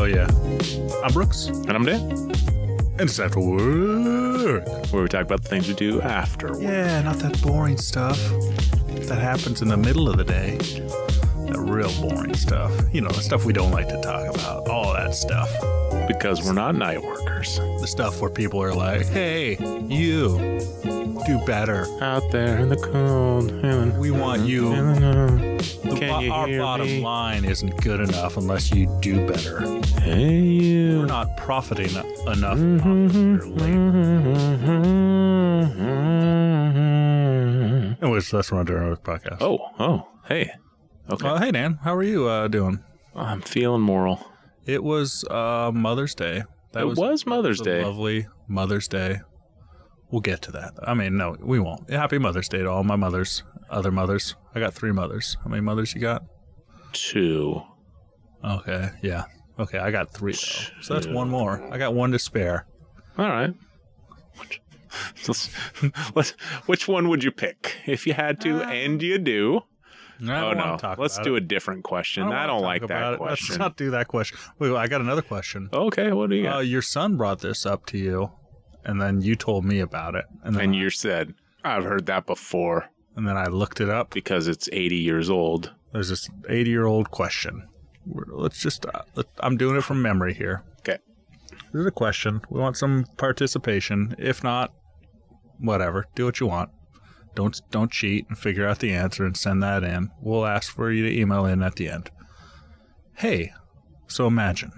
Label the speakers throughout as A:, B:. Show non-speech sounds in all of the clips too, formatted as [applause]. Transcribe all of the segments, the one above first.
A: Oh, Alex.
B: And I'm Dan,
A: And it's after work.
B: where we talk about the things we do after work.
A: Yeah, not that boring stuff that happens in the middle of the day. That real boring stuff. You know, the stuff we don't like to talk about. All that stuff.
B: because we're not night workers.
A: The stuff where people are like, hey, you, do better.
B: Out there in the cold.
A: We want you. The
B: Mm-hmm. Can
A: bo-
B: you
A: our
B: hear
A: bottom
B: me?
A: line isn't good enough unless you do better.
B: Hey, you.
A: We're not profiting enough off
B: Mm-hmm.
A: of your labor. Anyways, that's what I'm doing with podcast.
B: Oh, oh, hey. Okay.
A: Uh, hey, Dan. How are you uh, doing?
B: I'm feeling moral.
A: It was uh, Mother's Day.
B: It was Mother's
A: a
B: Day.
A: Lovely Mother's Day. We'll get to that. I mean, no, we won't. Happy Mother's Day to all my mothers, other mothers. I got three mothers. How many mothers you got?
B: Two.
A: Okay, yeah. Okay, I got three. Though. So that's one more. I got one to spare.
B: All right. [laughs] Which- let's- let's- which one would you pick if you had to, and you do? Oh no! Let's do a different question. I don't, like that question. Oh,
A: Let's not do that question. Wait, I got another question.
B: Okay, what do you
A: Uh,
B: got?
A: your son brought this up to you, and then you told me about it, and then
B: and you said, "I've heard that before
A: and then I looked it up.
B: because it's 80 years old."
A: There's this 80 year old question. We're, let's just, uh, let, I'm doing it from memory here.
B: Okay.
A: This is a question. We want some participation. If not, whatever. Do what you want. Don't don't cheat and figure out the answer and send that in. We'll ask for you to email in at the end. Hey, so imagine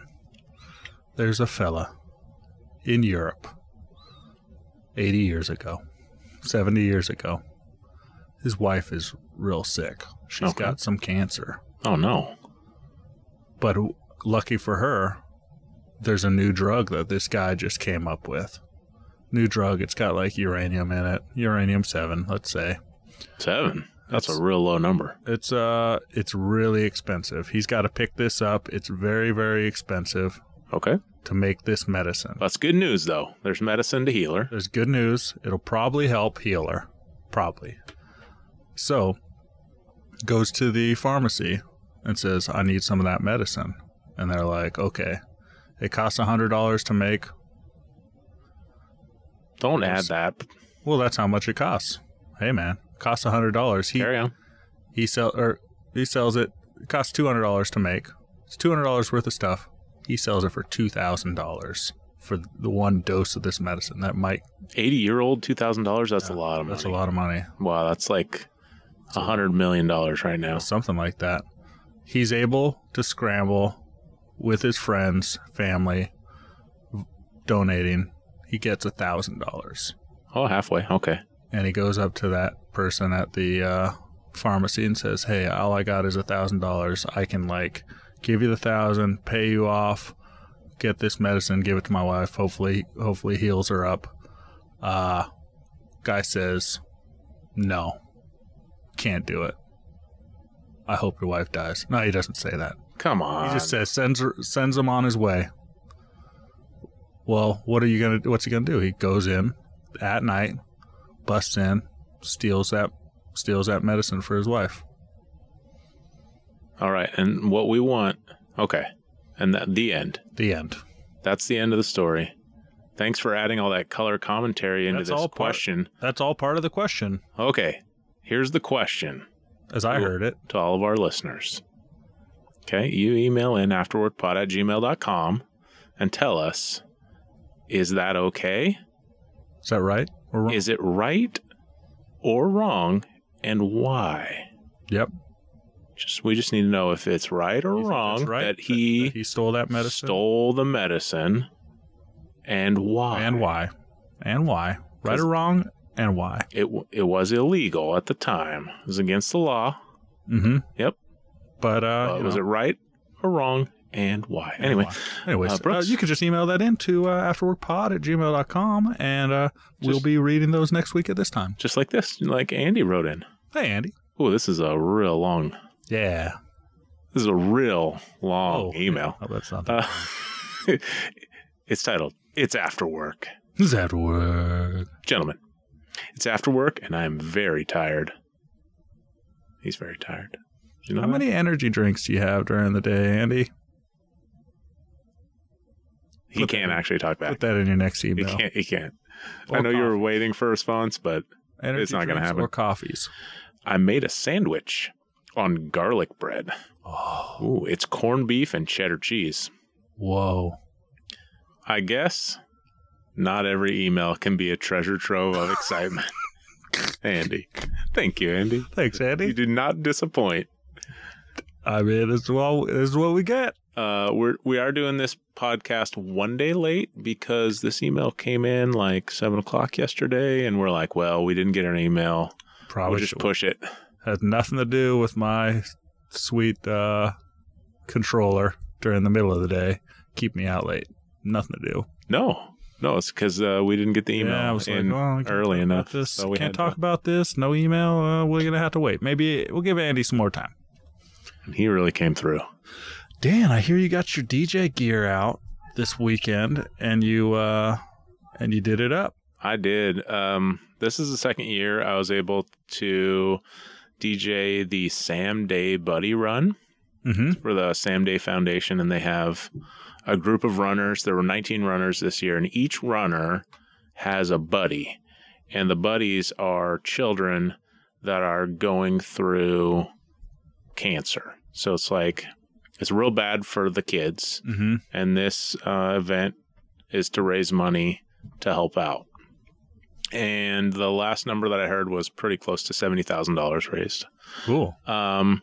A: there's a fella in Europe 80 years ago, 70 years ago. His wife is real sick. She's
B: Okay.
A: got some cancer.
B: Oh no!
A: But w- lucky for her, there's a new drug that this guy just came up with. New drug. It's got like uranium in it. Uranium 7, let's say.
B: Seven. That's
A: It's-
B: a real low number.
A: It's uh it's really expensive. He's got to pick this up. It's very very expensive
B: Okay,
A: to make this medicine.
B: that's good news though. There's medicine to heal her.
A: There's good news. It'll probably help heal her. Probably. So, goes to the pharmacy and says, I need some of that medicine. And they're like, okay. It costs $100 to make.
B: Don't add that.
A: Well, that's how much it costs. Hey, man. Costs $100. He,
B: Carry on.
A: he, sell, or he sells it. It costs $200 to make. It's $200 worth of stuff. He sells it for $2,000 for the one dose of this medicine. That might,
B: 80 year old, two thousand dollars. That's a lot of money.
A: that's a lot of money.
B: Wow, that's like a hundred million dollars right now.
A: something like that. He's able to scramble with his friends, family, v- donating. He gets a thousand dollars,
B: Oh, halfway. Okay.
A: and he goes up to that person at the uh, pharmacy and says, "Hey, all I got is a thousand dollars. I can like give you the thousand, pay you off, get this medicine, give it to my wife. Hopefully, hopefully heals her up." Uh, guy says, "No, can't do it. I hope your wife dies." No, he doesn't say that.
B: Come on.
A: He just says sends her, sends him on his way. Well, what are you gonna? What's he gonna do? He goes in at night, busts in, steals that steals that medicine for his wife.
B: All right, and what we want. Okay, and that, the end.
A: The end.
B: That's the end of the story. Thanks for adding all that color commentary into
A: That's
B: this
A: all part-
B: question.
A: That's all part of the question,
B: Okay, here's the question
A: as I
B: Cool.
A: heard it.
B: to all of our listeners. Okay, you email in afterwardpod at gmail.com and tell us is that okay?
A: Is that right? Or wrong?
B: Is it right or wrong, and why?
A: yep.
B: Just we just need to know if it's right
A: You
B: or
A: think that's
B: wrong
A: right?
B: that he
A: he stole that medicine.
B: stole the medicine and why
A: and why? And why? Right
B: 'Cause-
A: or wrong? And why?
B: it w- it was illegal at the time it was against the law
A: Mm-hmm.
B: Yep.
A: But uh,
B: Uh,
A: you
B: was
A: know,
B: it right or wrong and why anyway
A: why? Anyways,
B: Uh,
A: uh,
B: Brooks?
A: you can just email that in to uh, afterworkpod at gmail.com, and uh, we'll
B: Just-
A: be reading those next week at this time.
B: just like this like andy wrote in
A: Hey, Andy.
B: oh this is a real long
A: Yeah.
B: this is a real long
A: Oh,
B: email
A: Oh, that's not that.
B: uh, [laughs] it's titled it's after work
A: Does that work?
B: gentlemen it's after work and i'm very tired he's very tired you know
A: How
B: that?
A: many energy drinks do you have during the day, Andy?
B: He can't actually talk back.
A: Put that in your next
B: He
A: email.
B: can't. He can't.
A: Or
B: I know you were
A: coffees.
B: waiting for a response, but
A: Energy
B: it's not gonna
A: drinks
B: happen.
A: Or coffees.
B: I made a sandwich on garlic bread.
A: Oh,
B: Ooh, it's corned beef and cheddar cheese.
A: whoa.
B: I guess not every email can be a treasure trove of excitement. [laughs] Andy, thank you, Andy.
A: Thanks,
B: You
A: Andy.
B: do not disappoint.
A: I mean, this is what this is what we get.
B: Uh, we're we are doing this podcast one day late because this email came in like seven o'clock yesterday, and we're like, well, we didn't get an email.
A: Probably
B: We'll just
A: should-
B: push it.
A: has nothing to do with my sweet uh, controller during the middle of the day. Keep me out late. Nothing to do.
B: No, no, it's because uh, we didn't get the email
A: yeah, I was like,
B: in
A: well, we can't
B: early
A: talk about
B: enough.
A: This
B: so we
A: can't
B: had
A: talk about this. No email. Uh, we're gonna have to wait. Maybe we'll give Andy some more time.
B: and he really came through.
A: Dan, I hear you got your DJ gear out this weekend, and you uh, and you did it up.
B: I did. Um, this is the second year I was able to DJ the Sam Day Buddy Run
A: Mm-hmm.
B: for the Sam Day Foundation, and they have a group of runners. There were 19 runners this year, and each runner has a buddy, and the buddies are children that are going through cancer. So it's like it's real bad for the kids
A: Mm-hmm.
B: and this uh, event is to raise money to help out. And the last number that I heard was pretty close to seventy thousand dollars raised.
A: Cool.
B: Um,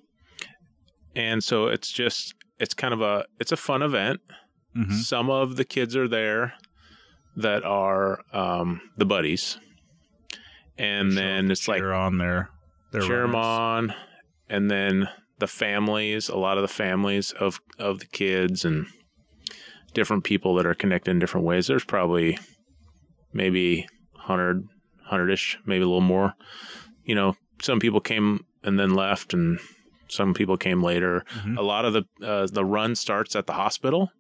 B: and so it's just it's kind of a it's a fun event.
A: Mm-hmm.
B: Some of the kids are there that are um, the buddies, and then it's like
A: cheer on their their
B: cheer 'em
A: runners.
B: on, and then the families, a lot of the families of of the kids and different people that are connected in different ways. There's probably maybe 100, 100 ish, maybe a little more. You know, some people came and then left, and some people came later.
A: Mhm.
B: A lot of the uh, the run starts at the hospital,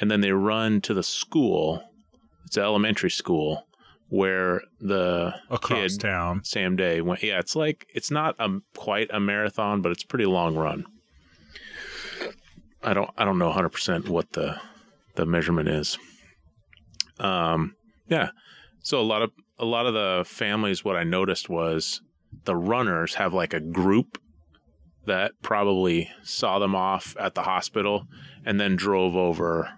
B: and then they run to the school. It's an elementary school where the
A: across
B: kid
A: town.
B: same day. When, yeah, it's like it's not a quite a marathon, but it's a pretty long run. I don't I don't know 100 percent what the the measurement is. Um, yeah. So a lot of a lot of the families, what I noticed was the runners have like a group that probably saw them off at the hospital and then drove over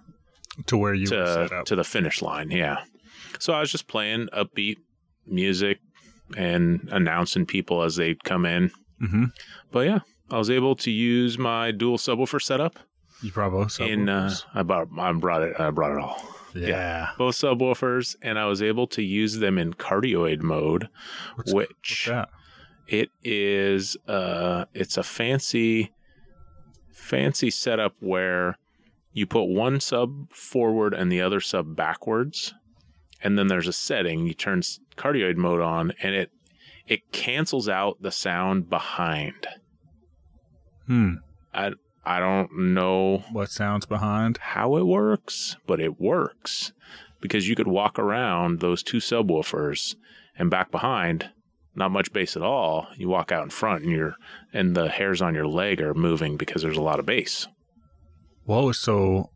A: to where you were set
B: to,
A: up.
B: to the finish line. Yeah. So I was just playing upbeat music and announcing people as they come in.
A: Mm-hmm.
B: But yeah, I was able to use my dual subwoofer setup.
A: You probably also
B: in uh, I bought I brought it I brought it all.
A: yeah.
B: Both subwoofers, and I was able to use them in cardioid mode,
A: What's-
B: which
A: Yeah.
B: it is uh it's a fancy fancy setup where you put one sub forward and the other sub backwards and then there's a setting you turn s- cardioid mode on and it it cancels out the sound behind
A: Hmm.
B: i don't know
A: What sounds behind?
B: how it works but it works because you could walk around those two subwoofers and back behind not much bass at all you walk out in front and you and the hairs on your leg are moving because there's a lot of bass
A: Whoa. So,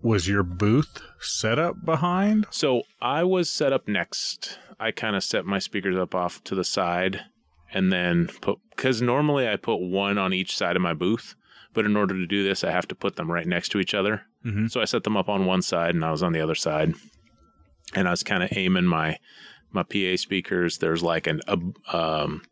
A: was your booth set up behind?
B: So I was set up next. I kind of set my speakers up off to the side and then put, because normally I put one on each side of my booth, but in order to do this, I have to put them right next to each other.
A: Mm-hmm.
B: So I set them up on one side and I was on the other side. And I was kind of aiming my my PA speakers. There's like an a, um,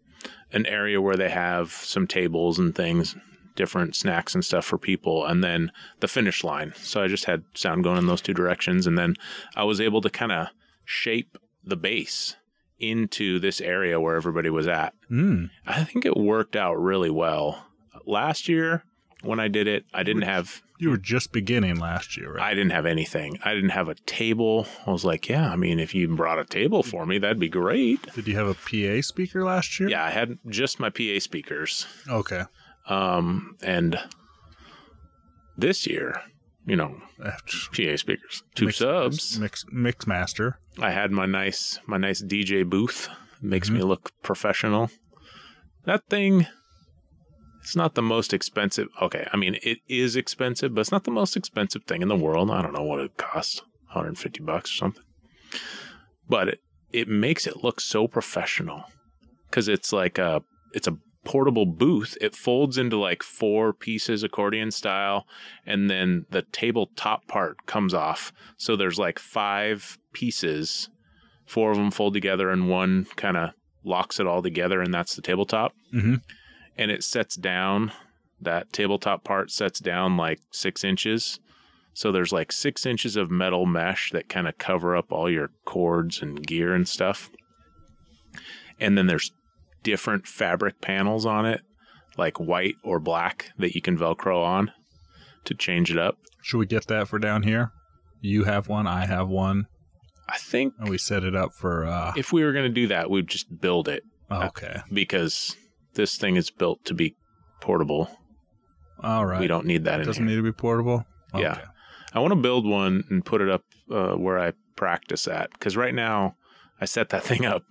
B: an area where they have some tables and things, different snacks and stuff for people, and then the finish line. So I just had sound going in those two directions, and then I was able to kind of shape the bass into this area where everybody was at.
A: Mm.
B: I think it worked out really well. Last year when I did it, I didn't have
A: You were just beginning last year, right?
B: I didn't have anything. I didn't have a table. I was like, yeah, I mean, if you brought a table for me, that'd be great.
A: Did you have a PA speaker last year?
B: Yeah, I had just my PA speakers.
A: Okay.
B: Um, and this year, you know,
A: Uh, just
B: PA speakers, two
A: mix-
B: subs.
A: Mix, mix master.
B: I had my nice, my nice DJ booth. Makes me look professional. That thing, it's not the most expensive. Okay, I mean, it is expensive, but it's not the most expensive thing in the world. I don't know what it costs. 150 bucks or something. But it, it makes it look so professional because it's like a it's a portable booth. It folds into like four pieces accordion style, and then the tabletop part comes off. So there's like five pieces. Four of them fold together, and one kind of locks it all together, and that's the tabletop.
A: Mhm.
B: And it sets down. That tabletop part sets down like six inches. So there's like six inches of metal mesh that kind of cover up all your cords and gear and stuff. And then there's different fabric panels on it, like white or black, that you can Velcro on to change it up.
A: Should we get that for down here? You have one, I have one,
B: I think
A: and we set it up for. uh
B: if we were going to do that, we'd just build it
A: Okay,
B: because this thing is built to be portable.
A: all right.
B: We don't need that in
A: Doesn't
B: here.
A: need to be portable.
B: Yeah. I want to build one and put it up uh, where I practice at because right now I set that [laughs] thing up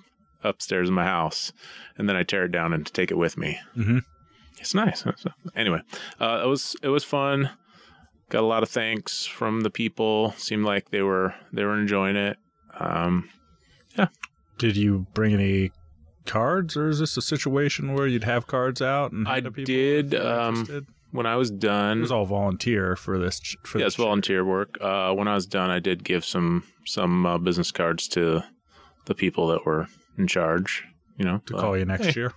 B: upstairs in my house and then I tear it down and take it with me.
A: Mhm.
B: It's nice. Anyway, uh, it was it was fun. Got a lot of thanks from the people. Seemed like they were they were enjoying it. Um,
A: Did you bring any cards, or is this a situation where you'd have cards out and
B: I
A: hand to people
B: did,
A: if they're
B: um,
A: interested?
B: when I was
A: it
B: done,
A: was all volunteer for this. ch- For
B: yes,
A: this
B: volunteer work. Uh, when I was done, I did give some some uh, business cards to the people that were in charge. You know,
A: to
B: uh,
A: call you next
B: hey,
A: year.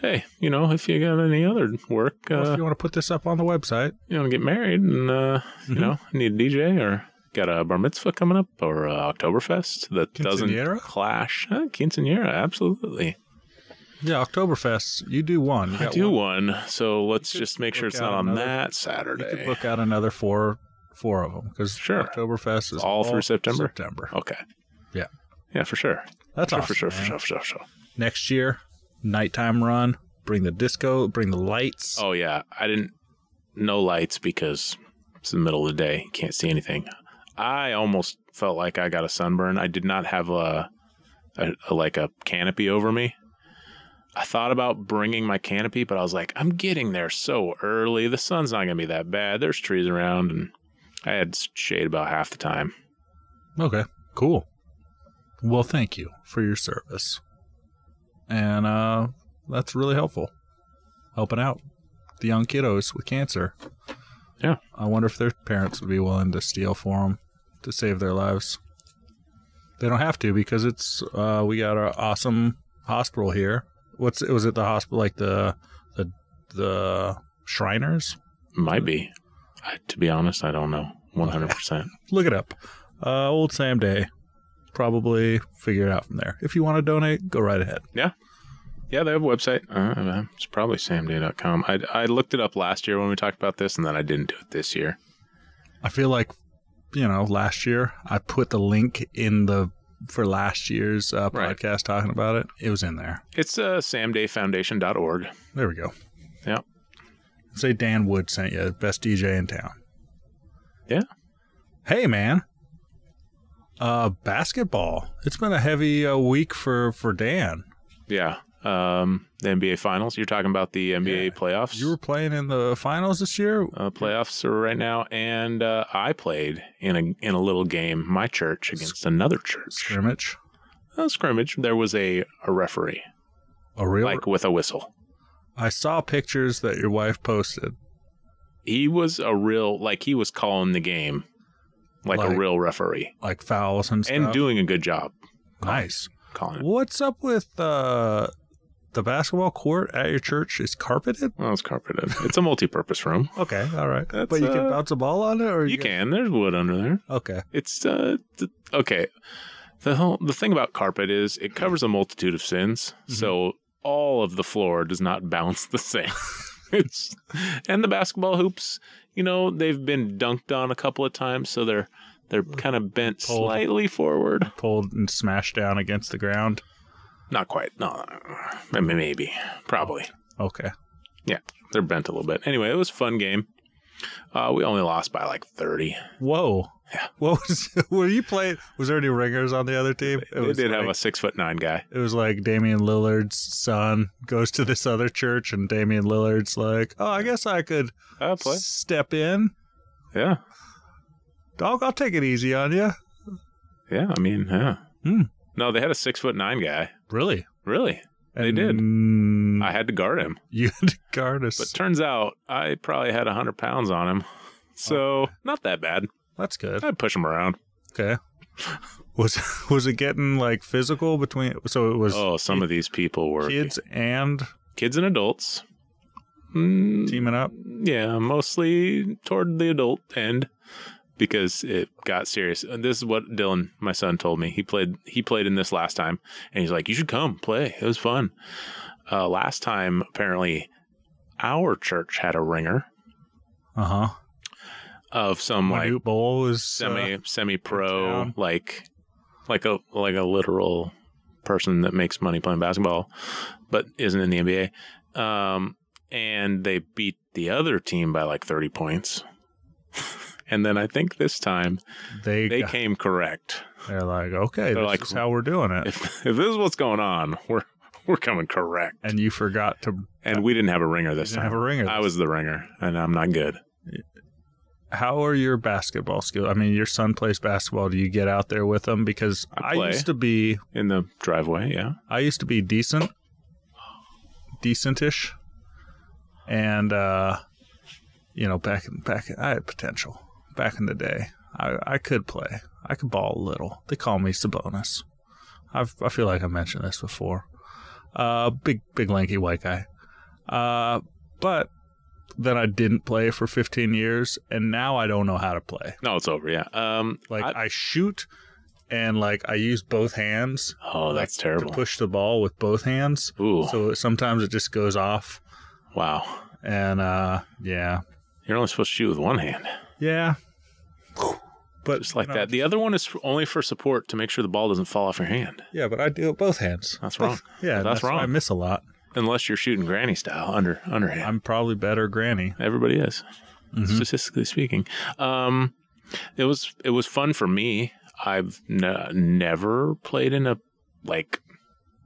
B: hey, you know, if you got any other work,
A: Well,
B: uh,
A: if you want to put this up on the website,
B: you want to get married and, uh,
A: Mm-hmm.
B: you know, need a DJ or got a bar mitzvah coming up or uh, Oktoberfest that doesn't
A: Quinceañera?
B: clash. Uh, quinceañera, absolutely.
A: yeah, Oktoberfest. You do one. You
B: I
A: got
B: do one. So let's just make sure
A: book
B: it's not
A: out
B: on
A: another-
B: that
A: You could
B: Saturday.
A: book out another four, four of them because
B: Sure.
A: Oktoberfest is
B: All through September?
A: September.
B: Okay.
A: Yeah.
B: Yeah, for sure.
A: That's
B: Sure,
A: awesome,
B: for sure, for
A: man.
B: sure, for sure, for sure.
A: Next year, nighttime run. Bring the disco. Bring the lights.
B: Oh yeah, I didn't no lights because it's the middle of the day, can't see anything. I almost felt like I got a sunburn. I did not have a, a, a- like a canopy over me. I thought about bringing my canopy, but I was like, I'm getting there so early. The sun's not gonna be that bad. There's trees around, and I had shade about half the time.
A: Okay, cool. Well, thank you for your service. And uh that's really helpful. Helping out the young kiddos with cancer.
B: Yeah.
A: I wonder if their parents would be willing to steal for them to save their lives. They don't have to because it's uh we got our awesome hospital here. What's it was it the hospital like the the the Shriners?
B: Might be. I, to be honest, I don't know. 100. percent
A: look it up. Uh, old Sam Day. Probably figure it out from there. If you want to donate, go right ahead.
B: Yeah, they have a website. Uh, it's probably samday.com. I, I looked it up last year when we talked about this, and then I didn't do it this year.
A: I feel like, you know, last year I put the link in the for last year's uh,
B: Right.
A: podcast talking about it. It was in there.
B: It's uh, samdayfoundation.org.
A: There we go.
B: Yeah.
A: Say Dan Wood sent you best DJ in town.
B: Yeah.
A: Hey man. Uh, basketball. It's been a heavy uh, week for for Dan.
B: Yeah. Um, the NBA Finals. You're talking about the NBA
A: Yeah.
B: playoffs.
A: You were playing in the finals this year.
B: uh, playoffs are right now, and uh, I played in a in a little game, my church against another church.
A: Scrimmage.
B: A scrimmage. There was a, a referee,
A: A real
B: like with a whistle.
A: I saw pictures that your wife posted.
B: He was a real, like he was calling the game, like, a
A: Like-
B: real referee,
A: Like fouls and stuff.
B: and doing a good job
A: nice.
B: calling it.
A: What's up with uh, the basketball court at your church? Is carpeted?
B: Well, it's carpeted. It's a multi-purpose room.
A: Okay, all right.
B: That's,
A: but you can
B: uh,
A: bounce a ball on it, or
B: You
A: get-
B: can. There's wood under there.
A: Okay,
B: It's uh, th- okay. The whole the thing about carpet is it covers a multitude of sins, so all of the floor does not [laughs] bounce the same. it's and the basketball hoops, you know, they've been dunked on a couple of times, so they're they're kind of bent
A: Pulled.
B: slightly forward.
A: pulled and smashed down against the ground.
B: Not quite. No, I mean, maybe, probably.
A: Okay,
B: They're bent a little bit. Anyway, it was a fun game. Uh, we only lost by like thirty.
A: whoa.
B: Yeah.
A: [laughs] What was? Were you playing? Was there any ringers on the other team? It
B: They
A: was
B: did
A: like,
B: have a six foot nine guy.
A: It was like Damian Lillard's son goes to this other church, and Damian Oh, Lillard's like, "Oh, I guess I could
B: Uh,
A: step in."
B: Yeah.
A: Dog, I'll take it easy on you.
B: Yeah, I mean, yeah.
A: Hmm.
B: No, they had a six foot nine guy.
A: Really?
B: Really, They did.
A: [laughs] did.
B: I had to guard him.
A: you had to guard us.
B: But turns out I probably had hundred pounds on him, [laughs] so
A: Oh.
B: not that bad.
A: That's good.
B: I'd push him around.
A: Okay. Was [laughs] was it getting like physical between? So it was
B: Oh, some of these people were kids,
A: kids and
B: and adults. Mm,
A: teaming up.
B: yeah, mostly toward the adult end because it got serious. And This is what Dylan, my son, told me. He played he played in this last time, and he's like, "You should come play. It was fun." Uh, last time, apparently, our church had a ringer
A: Uh huh.
B: of some like
A: Minute Bowl is
B: semi
A: uh,
B: semi pro
A: down.
B: like like a like a literal person that makes money playing basketball but isn't in the NBA um and they beat the other team by like 30 points [laughs] and then I think this time
A: they,
B: they
A: got-
B: came correct
A: they're like okay,
B: They're
A: this
B: like-
A: is how we're doing it.
B: if if this is what's going on we're we're coming correct
A: and you forgot to
B: and we didn't have a ringer this
A: didn't have
B: time
A: a ringer.
B: I was the ringer and I'm not good
A: how are your basketball skills? I mean, your son plays basketball. Do you get out there with him? Because
B: I
A: I,
B: play.
A: used to be,
B: in the driveway yeah
A: I used to be decent, decentish, and uh, you know, back back I had potential back in the day. I I could play. I could ball a little. They call me Sabonis. I've, I feel like I mentioned this before. Uh, big big lanky white guy. Uh, but then I didn't play for 15 years, and now I don't know how to play.
B: no it's over yeah um
A: Like
B: I-
A: I, shoot and like I use both hands
B: oh that's
A: to
B: terrible
A: push the ball with both hands.
B: ooh
A: So sometimes it just goes off
B: wow
A: and uh yeah.
B: You're only supposed to shoot with one hand,
A: Yeah. But
B: just like
A: no,
B: that. The other one is f- only for support to make sure the ball doesn't fall off your hand,
A: Yeah, but I do it both hands.
B: That's wrong.
A: yeah,
B: That's
A: why
B: wrong.
A: I miss a lot.
B: unless you're shooting granny style under underhand.
A: I'm probably better granny.
B: Everybody is,
A: Mhm.
B: statistically speaking. Um, it was it was fun for me. I've n- never played in a like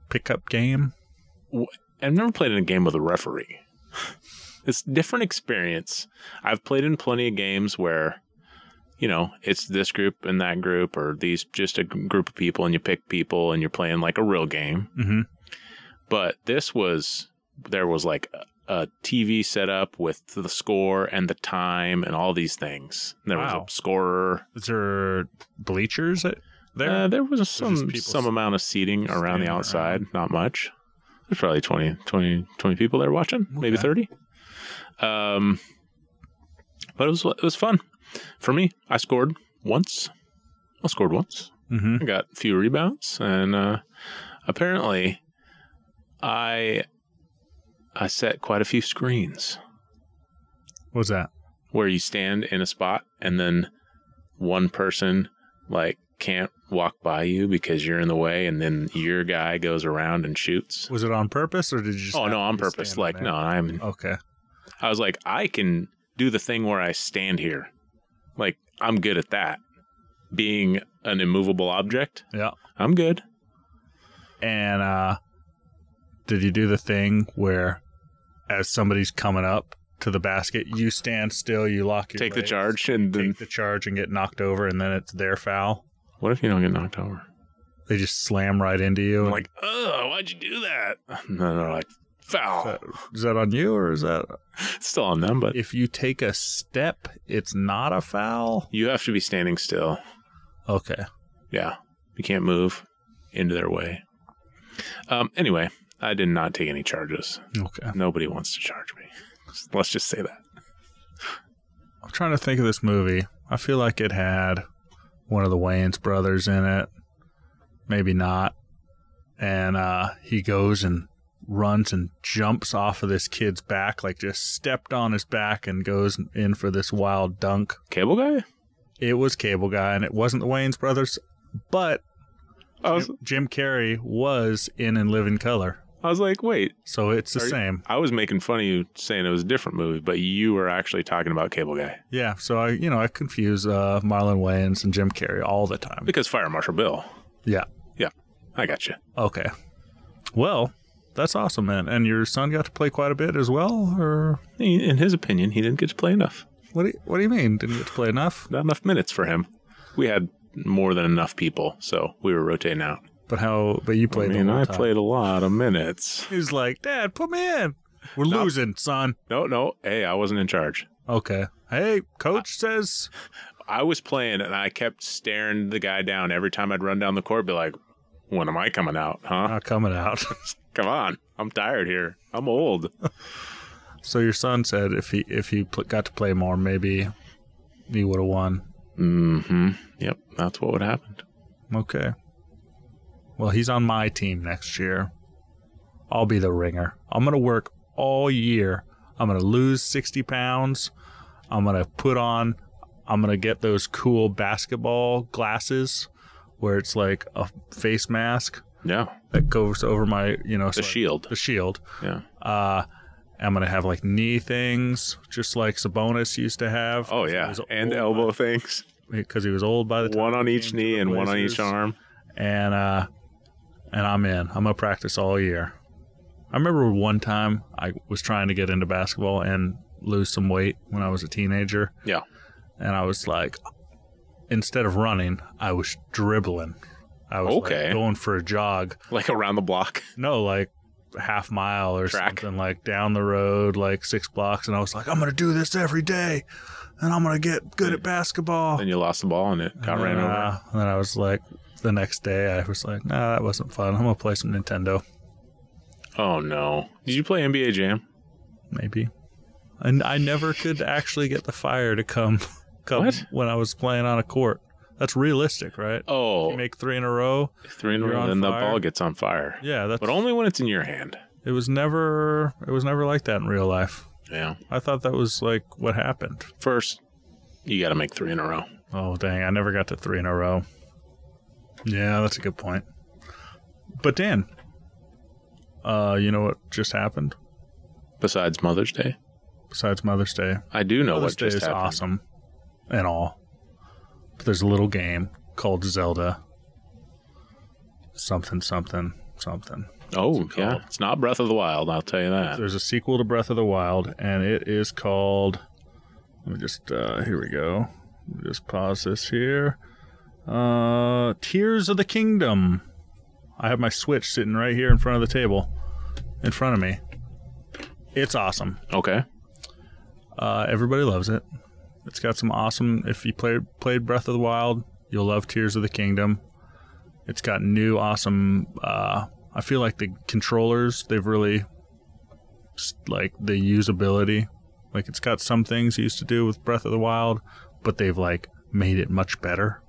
A: Pickup game.
B: I've never played in a game with a referee. [laughs] it's a different experience. I've played in plenty of games where, you know, it's this group and that group or these just a g- group of people and you pick people and you're playing like a real game.
A: Mm-hmm.
B: But this was there was like a, a TV setup with the score and the time and all these things. And there
A: Wow.
B: was a scorer.
A: Is there bleachers at- there?
B: Uh, there was some
A: people
B: some amount of seating around
A: standing
B: the
A: around.
B: outside, not much. There's probably 20, 20, 20 people there watching, maybe
A: Okay.
B: 30. Um, but it was it was fun for me. I scored once. I scored once.
A: mm-hmm.
B: I got a few rebounds, and uh, apparently, I I set quite a few screens
A: What's that?
B: where you stand in a spot and then one person like can't walk by you because you're in the way, and then your guy goes around and shoots.
A: Was it on purpose or did you just
B: Oh
A: happen
B: no,
A: to
B: on
A: be
B: purpose.
A: standing
B: Like
A: there?
B: no, I'm.
A: Okay.
B: I was like, I can do the thing where I stand here. Like I'm good at that. Being an immovable object,
A: Yeah.
B: I'm good.
A: and uh did you do the thing where as somebody's coming up to the basket you stand still you lock your
B: Take the
A: legs,
B: charge, and then
A: take the charge and get knocked over and then it's their foul
B: What if you don't get knocked over?
A: they just slam right into you
B: I'm
A: and-
B: like, oh, why'd you do that? [laughs] And then they're like,
A: Is
B: foul.
A: that- is that on you or is that
B: It's still on them, but
A: if you take a step it's not a foul
B: you have to be standing still.
A: okay
B: Yeah. You can't move into their way. Um, anyway, I did not take any charges.
A: okay
B: Nobody wants to charge me. [laughs] Let's just say that.
A: i'm trying to think of this movie i feel like it had one of the wayans brothers in it maybe not. And uh, he goes and runs and jumps off of this kid's back, like just stepped on his back and goes in for this wild dunk.
B: Cable guy?
A: It was Cable Guy, and it wasn't the Wayne's brothers, but
B: I was,
A: Jim Carrey was in In Living Color.
B: I was like, wait,
A: So it's the
B: Are you-
A: same.
B: I was making fun of you saying it was a different movie, but you were actually talking about Cable Guy
A: Yeah. So I, you know, I confuse uh, Marlon Wayans and Jim Carrey all the
B: [laughs]
A: time.
B: because Fire Marshal Bill.
A: Yeah.
B: Yeah. I got you.
A: Okay. Well, that's awesome, man. And your son got to play quite a bit as well, or
B: In his opinion, he didn't get to play enough.
A: What do you, What do you mean? Didn't get to play enough?
B: Not enough minutes for him. We had more than enough people, so we were rotating out.
A: But how? But you
B: I
A: played.
B: mean,
A: the whole
B: I
A: time.
B: played a lot of minutes.
A: He's like, Dad, put me in. We're
B: No.
A: losing, son.
B: No, no. Hey, I wasn't in charge.
A: Okay. Hey, coach says
B: I was playing and I kept staring the guy down every time I'd run down the court, be like, when am I coming out, huh?
A: not coming out. [laughs]
B: Come on. I'm tired here. I'm old.
A: so your son said if he if he pl- got to play more, maybe he would have won.
B: hmm Yep. That's what would happen.
A: Okay. Well, he's on my team next year. I'll be the ringer. I'm going to work all year. I'm going to lose 60 pounds. I'm going to put on, I'm going to get those cool basketball glasses where it's like a face mask
B: Yeah.
A: that goes over my, you know,
B: The
A: so-
B: shield.
A: The shield.
B: Yeah.
A: Uh, I'm going to have like knee things, just like Sabonis used to have.
B: Oh, yeah.
A: He was
B: And
A: old
B: elbow things.
A: by- Because he was old by the time.
B: One on
A: he
B: each
A: came to
B: knee
A: the
B: and one on each
A: Blazers
B: arm.
A: and uh and I'm in. I'm gonna practice all year. I remember one time I was trying to get into basketball and lose some weight when I was a teenager.
B: Yeah.
A: And I was like instead of running, I was dribbling. I was like,
B: Okay.
A: going for a jog.
B: Like around the block.
A: No, like half mile or
B: Track.
A: something like down the road, like six blocks, and I was like, I'm gonna do this every day and I'm gonna get good at basketball.
B: Then you lost the ball and it got
A: And
B: ran
A: then,
B: over.
A: uh, and then I was like, the next day, I was like, nah, that wasn't fun. I'm going to play some Nintendo,
B: Oh, no. Did you play NBA Jam?
A: maybe. And I never could actually get the fire to come, [laughs] come
B: What?
A: when I was playing on a court. That's realistic, right? You
B: Oh,
A: make three in a row.
B: three and
A: you're on
B: then the
A: fire.
B: ball gets on fire.
A: Yeah, that's.
B: But only when it's in your hand.
A: it was never. It was never like that in real life.
B: Yeah.
A: I thought that was like what happened.
B: First, you got to make three in a row.
A: Oh dang! I never got to three in a row. Yeah, that's a good point. But Dan, uh, you know what just happened?
B: Besides Mother's Day,
A: Besides Mother's Day,
B: I do know
A: Mother's
B: what
A: Day
B: just
A: is
B: happened.
A: awesome and all. But there's a little game called Zelda. Something, something, something.
B: Oh,
A: It's
B: yeah.
A: called.
B: It's not Breath of the Wild, I'll tell you that.
A: There's a sequel to Breath of the Wild, and it is called. Let me just. Uh, here we go. Let me just pause this here. Uh, Tears of the Kingdom. I have my Switch sitting right here in front of the table, in front of me. It's awesome.
B: Okay.
A: Uh, everybody loves it. It's got some awesome. If you played played Breath of the Wild, you'll love Tears of the Kingdom. It's got new awesome. Uh, I feel like the controllers they've really s- like the usability. Like it's got some things you used to do with Breath of the Wild, but they've like made it much better,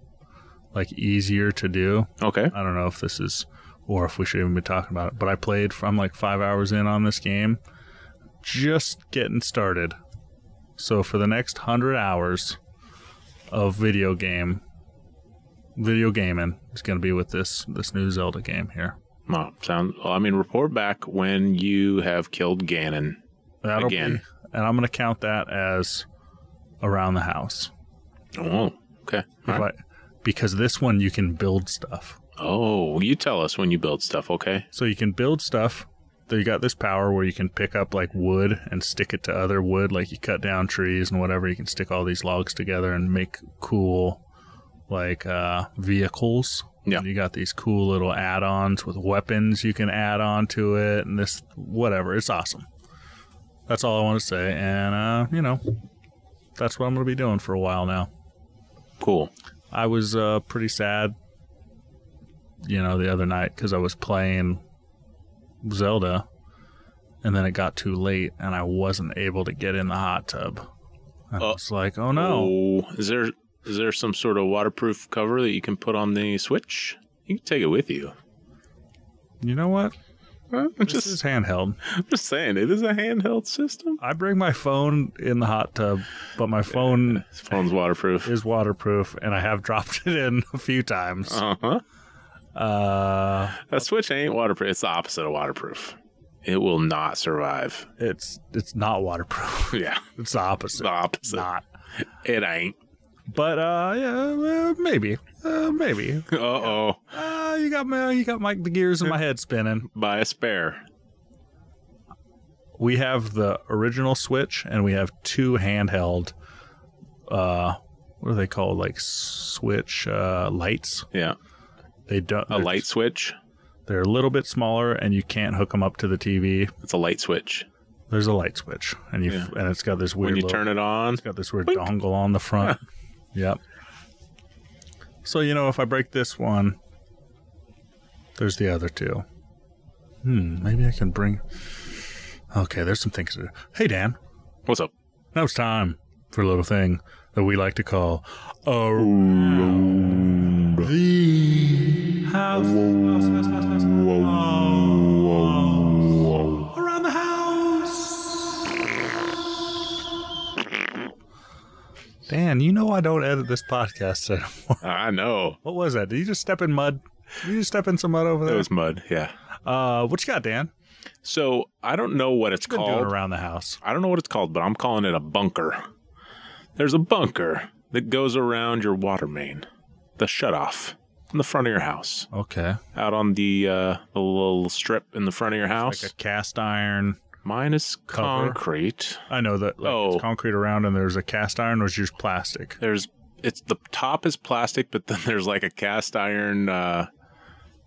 A: like easier to do.
B: Okay.
A: I don't know if this is or if we should even be talking about it, but I played I'm like five hours in on this game, just getting started. So for the next hundred hours of video game, video gaming is going to be with this this new Zelda game here.
B: Well, sound, well, I mean, report back when you have killed Ganon.
A: That'll
B: Again.
A: be, and I'm going to count that as around the house,
B: Oh, okay. All
A: If
B: right.
A: I- because this one you can build stuff.
B: Oh, you tell us when you build stuff, okay?
A: So you can build stuff. So you got this power where you can pick up like wood and stick it to other wood, like you cut down trees and whatever. You can stick all these logs together and make cool, like uh, vehicles.
B: Yeah.
A: And you got these cool little add-ons with weapons you can add on to it, and this whatever. It's awesome. That's all I want to say, and uh, you know, that's what I'm going to be doing for a while now.
B: Cool.
A: I was uh, pretty sad, you know, the other night because I was playing Zelda, and then it got too late, and I wasn't able to get in the hot tub. And I
B: Uh,
A: was like, oh no,
B: Oh, is there is there some sort of waterproof cover that you can put on the Switch? You can take it with you.
A: you know what?
B: I'm
A: This
B: just,
A: is handheld.
B: I'm just saying, it is a handheld system.
A: I bring my phone in the hot tub, but my phone
B: This phone's waterproof.
A: is waterproof, and I have [laughs] dropped it in a few times.
B: Uh huh.
A: Uh,
B: A Switch ain't waterproof. It's the opposite of waterproof. It will not survive.
A: it's it's not waterproof. [laughs]
B: Yeah,
A: It's the opposite.
B: the opposite.
A: Not.
B: It ain't.
A: But uh, yeah, well, maybe, uh, maybe.
B: Uh oh.
A: Uh, you got my you got my the gears in my head spinning.
B: Buy a spare.
A: We have the original Switch and we have two handheld uh, what are they called? Like switch uh, lights.
B: Yeah.
A: They don't.
B: A light switch.
A: They're a little bit smaller, and you can't hook them up to the TV.
B: It's a light switch.
A: There's a light switch, and you
B: Yeah.
A: and it's got this weird.
B: When you
A: little-
B: turn it on,
A: It's got this weird
B: Boink.
A: dongle on the [laughs] front. Yep. So you know, if I break this one, there's the other two. Hmm. Maybe I can bring. Okay, there's some things to do. Hey, Dan.
B: what's up?
A: Now it's time for a little thing that we like to call around the house. house, house, house, house, house. Around the house. Dan, you know I don't edit this podcast anymore.
B: I know.
A: What was that? Did you just step in mud? Did you just step in some mud over
B: It
A: there?
B: was mud. Yeah.
A: Uh, what you got, Dan?
B: So I don't know what it's
A: Been doing
B: called.
A: around the house.
B: I don't know what it's called, but I'm calling it a bunker. There's a bunker that goes around your water main, the shutoff in the front of your house,
A: Okay.
B: out on the uh, the little strip in the front of your house.
A: Like a cast iron.
B: Mine is
A: Cover.
B: concrete.
A: I know that like,
B: Oh.
A: it's concrete around and there's a cast iron or it's just plastic.
B: There's it's the top is plastic, but then [laughs] there's like a cast iron uh,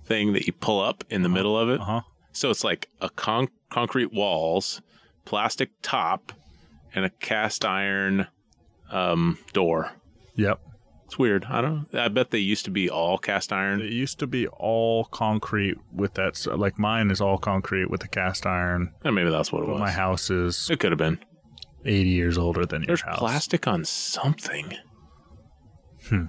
B: thing that you pull up in the middle of it.
A: Uh-huh.
B: So it's like a con- concrete walls, plastic top, and a cast iron um, door.
A: Yep.
B: It's weird. I don't. I bet they used to be all cast iron.
A: It used to be all concrete with that s- like mine is all concrete with the cast iron.
B: Or maybe that's what it
A: But
B: was.
A: my house is
B: It could have been.
A: 80 years older than your
B: There's
A: house.
B: plastic on something.
A: Hmm.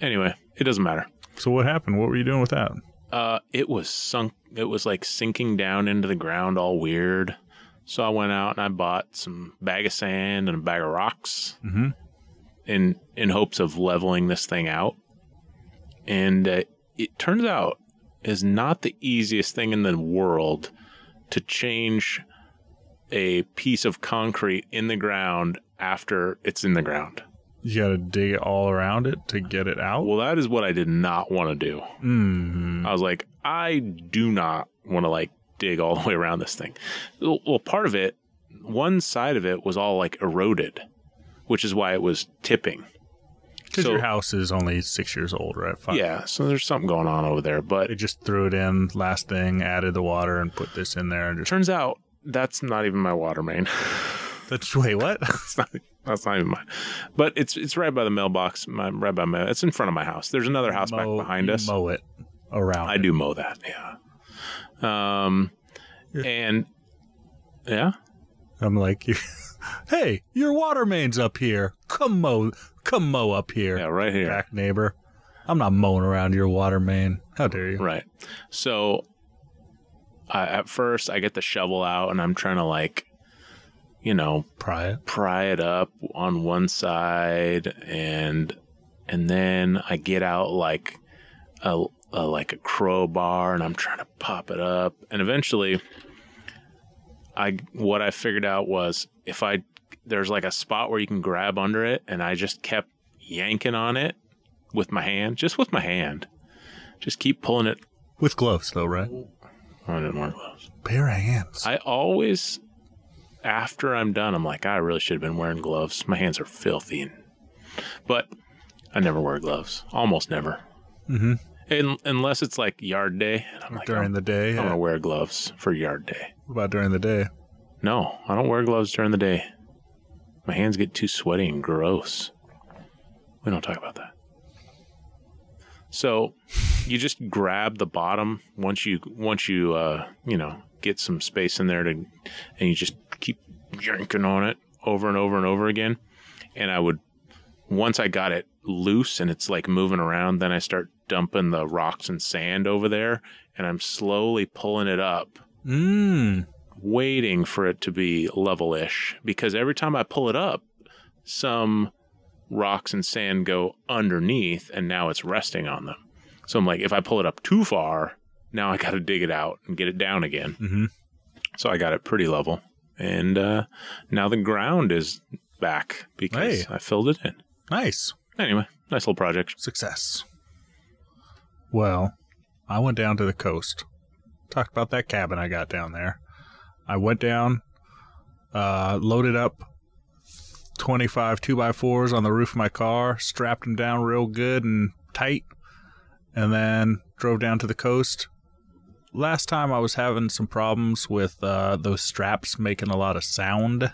B: Anyway, it doesn't matter.
A: So what happened? What were you doing with that?
B: Uh, it was sunk. It was like sinking down into the ground, all weird. So I went out and I bought some bag of sand and a bag of rocks
A: Mhm.
B: in in hopes of leveling this thing out. And uh, it turns out is not the easiest thing in the world to change a piece of concrete in the ground after it's in the ground.
A: You got to dig it all around it to get it out.
B: Well, that is what I did not want to do.
A: Mm.
B: I was like, I do not want to like dig all [laughs] the way around this thing. Well, well, part of it, one side of it was all like eroded, which is why it was tipping.
A: Cuz
B: so-
A: your house is only 6 years old, right? Five.
B: Yeah, so there's something going on over there. But
A: They
B: it
A: just threw it in last thing, added the water and put this in there and just
B: turns out that's not even my water main. [laughs]
A: That's wait, what?
B: that's not that's not even mine. But it's it's right by the mailbox. My right by my it's in front of my house. There's another house
A: Mow-
B: back behind
A: you
B: us.
A: Mow it around.
B: I do mow that. Yeah. Um,
A: Yeah.
B: and yeah,
A: I'm like, [laughs] hey, your water main's up here. Come mow, come mow up here,
B: yeah, right here.
A: back neighbor. I'm not mowing around your water main. How dare you?
B: Right. So I, at first, I get the shovel out and I'm trying to, like, you know,
A: Pry it.
B: pry it up on one side and and then I get out like a, a like a crowbar and I'm trying to pop it up and eventually I what I figured out was if I there's like a spot where you can grab under it and I just kept yanking on it with my hand just with my hand just keep pulling it
A: With gloves, though, right?
B: I didn't wear gloves
A: Bare hands.
B: I always, after I'm done, I'm like, I really should have been wearing gloves. My hands are filthy, and, but I never wear gloves. Almost never,
A: mm-hmm.
B: Un unless it's like yard day. And I'm like,
A: During
B: I'm,
A: the day.
B: I'm
A: yeah.
B: gonna wear gloves for yard day.
A: What about during the day?
B: No, I don't wear gloves during the day. My hands get too sweaty and gross. We don't talk about that. So, you just grab the bottom once you once you uh, you know get some space in there to, and you just keep yanking on it over and over and over again. And I would once I got it loose and it's like moving around, then I start dumping the rocks and sand over there, and I'm slowly pulling it up
A: Mm.
B: waiting for it to be level-ish because every time I pull it up, some rocks and sand go underneath and now it's resting on them. So I'm like, if I pull it up too far, now I gotta dig it out and get it down again.
A: Mm-hmm.
B: So I got it pretty level. And uh, now the ground is back because I filled it in.
A: Nice
B: Anyway, nice little project.
A: success. Well, I went down to the coast. Talked about that cabin I got down there. I went down, uh, loaded up 25 2x4s on the roof of my car, strapped them down real good and tight, and then drove down to the coast. Last time I was having some problems with uh, those straps making a lot of sound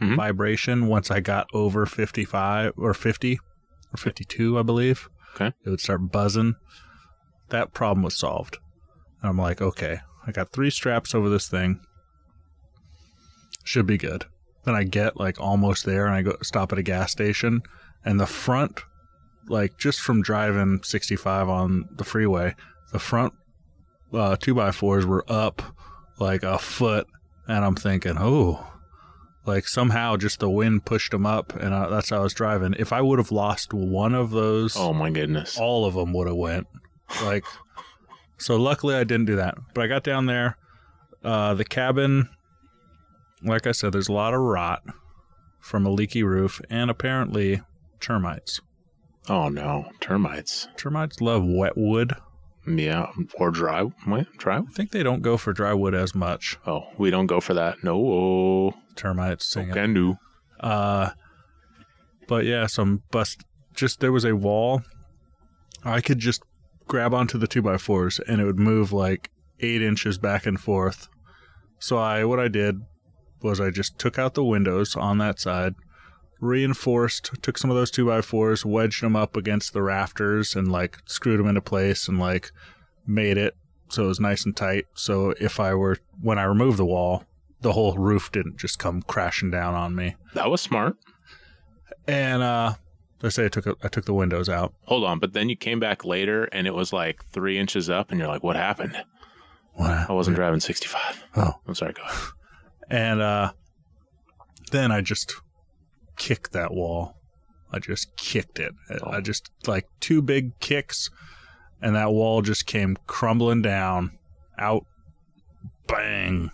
B: Mhm.
A: vibration once I got over 55 or 50 or 52, I believe.
B: Okay.
A: It would start buzzing. That problem was solved. And I'm like, okay, I got three straps over this thing. Should be good. Then I get like almost there and I go stop at a gas station and the front like just from driving 65 on the freeway, the front uh, two by fours were up like a foot, and I'm thinking, oh, like somehow just the wind pushed them up, and I, that's how I was driving. If I would have lost one of those,
B: Oh my goodness.
A: all of them would have went. Like, so luckily I didn't do that. But I got down there. Uh, the cabin, like I said, there's a lot of rot from a leaky roof and apparently termites.
B: Oh no, termites.
A: Termites love wet wood.
B: Yeah, or dry what? dry.
A: I think they don't go for dry wood as much.
B: Oh, we don't go for that. No,
A: Termites, sing it.
B: can do.
A: Uh, but yeah, some bust. Just there was a wall. I could just grab onto the two by fours, and it would move like eight inches back and forth. So I, what I did was I just took out the windows on that side, reinforced, took some of those two by fours, wedged them up against the rafters, and like screwed them into place, and like made it so it was nice and tight. So if I were when I removed the wall, the whole roof didn't just come crashing down on me
B: That was smart.
A: and uh they say I took I took the windows out.
B: Hold on, but then you came back later and it was like three inches up, and you're like, "What happened?
A: Wow.
B: I wasn't driving 65."
A: Oh.
B: I'm sorry. Go ahead.
A: And uh then I just kicked that wall. I just kicked it. I-
B: Oh.
A: I just like two big kicks and that wall just came crumbling down out bang.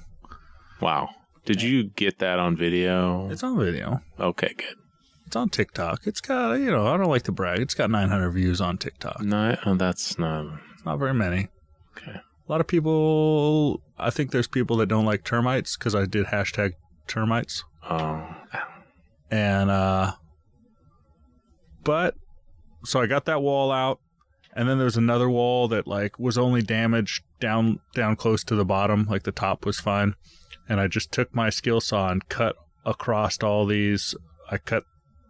B: Wow. Did you get that on video?
A: It's on video.
B: Okay, good.
A: It's on TikTok. It's got you know, I don't like to brag. It's got 900 views on TikTok.
B: No, oh, that's not.
A: It's not very many.
B: Okay.
A: A lot of people I think there's people that don't like termites cuz I did hashtag termites.
B: Oh,
A: and uh but so i got that wall out and then there was another wall that like was only damaged down down close to the bottom like the top was fine and i just took my skill saw and cut across all these i cut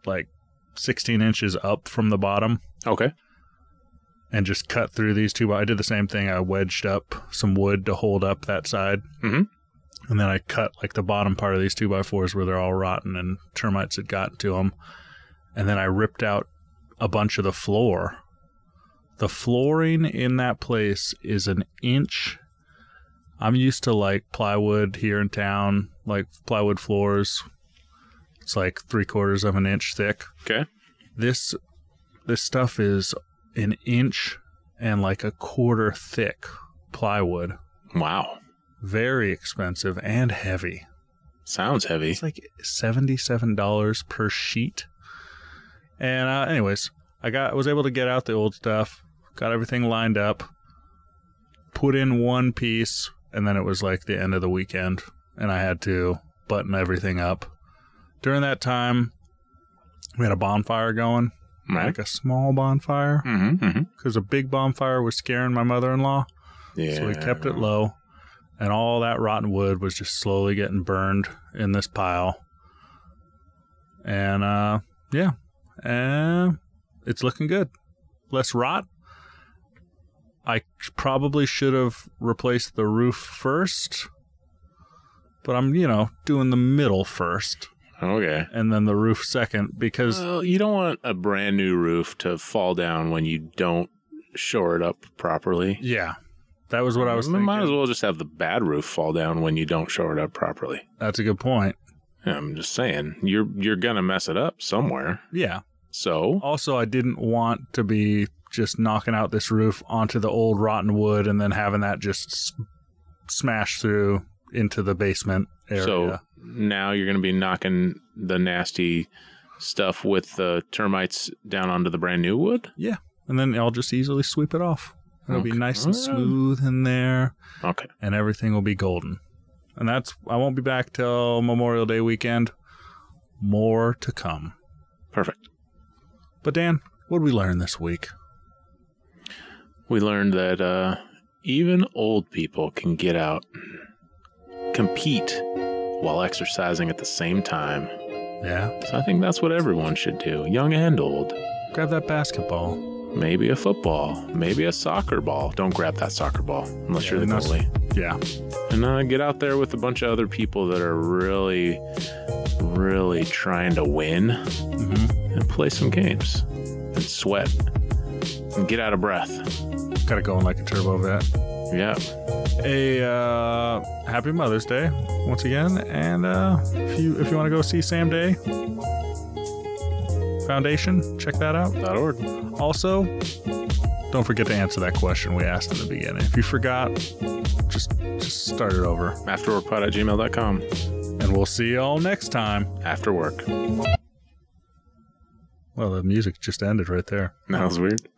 A: like 16 inches up from the bottom
B: okay.
A: and just cut through these two i did the same thing i wedged up some wood to hold up that side
B: Mhm.
A: and then i cut like the bottom part of these two by fours where they're all rotten and termites had gotten to them and then I ripped out a bunch of the floor. The flooring in that place is an inch. I'm used to like plywood here in town, like plywood floors. It's like three quarters of an inch thick.
B: Okay.
A: This this stuff is an inch and like a quarter thick plywood.
B: Wow.
A: Very expensive and heavy.
B: Sounds heavy.
A: It's like seventy-seven dollars per sheet. And uh, anyways, I got was able to get out the old stuff, got everything lined up, put in one piece, and then it was like the end of the weekend, and I had to button everything up. During that time, we had a bonfire going,
B: Right.
A: like a small bonfire,
B: Mm-hmm, mm-hmm.
A: because a big bonfire was scaring my mother-in-law.
B: Yeah.
A: So we kept it low, and all that rotten wood was just slowly getting burned in this pile. And uh, yeah, uh, it's looking good. Less rot. I probably should have replaced the roof first, but I'm you know doing the middle first
B: Okay.
A: and then the roof second because
B: Well, you don't want a brand new roof to fall down when you don't shore it up properly.
A: yeah, that was what I was
B: You
A: thinking.
B: Might as well just have the bad roof fall down when you don't shore it up properly.
A: That's a good point.
B: I'm just saying, you're you're gonna mess it up somewhere.
A: Yeah,
B: So
A: Also, I didn't want to be just knocking out this roof onto the old rotten wood and then having that just s- smash through into the basement area.
B: so now you're gonna be knocking the nasty stuff with the termites down onto the brand new wood.
A: and then I'll just easily sweep it off. It'll be
B: Okay.
A: nice and
B: Alright.
A: smooth in there,
B: Okay.
A: and everything will be golden. And that's I won't be back till Memorial Day weekend, More to come.
B: Perfect.
A: But Dan, what did we learn this week?
B: We learned that uh, even old people can get out, and compete while exercising at the same time.
A: Yeah,
B: So I think that's what everyone should do, young and old.
A: grab that basketball.
B: Maybe a football, maybe a soccer ball. Don't grab that soccer ball unless
A: Yeah,
B: you're
A: and
B: the
A: that's-
B: goalie.
A: Yeah,
B: and uh, get out there with a bunch of other people that are really, really trying to win
A: mm-hmm.
B: and play some games and sweat and get out of breath.
A: gotta go in like a turbo vet.
B: Yeah.
A: a uh, happy Mother's Day once again, and uh, if you if you want to go see Sam Day Foundation, check that out.
B: Dot org.
A: Also, don't forget to answer that question we asked in the beginning. If you forgot, just just start it over,
B: Afterworkpod at gmail.com.
A: and we'll see y'all next time.
B: After work. [laughs]
A: Well, the music just ended right there.
B: That was weird.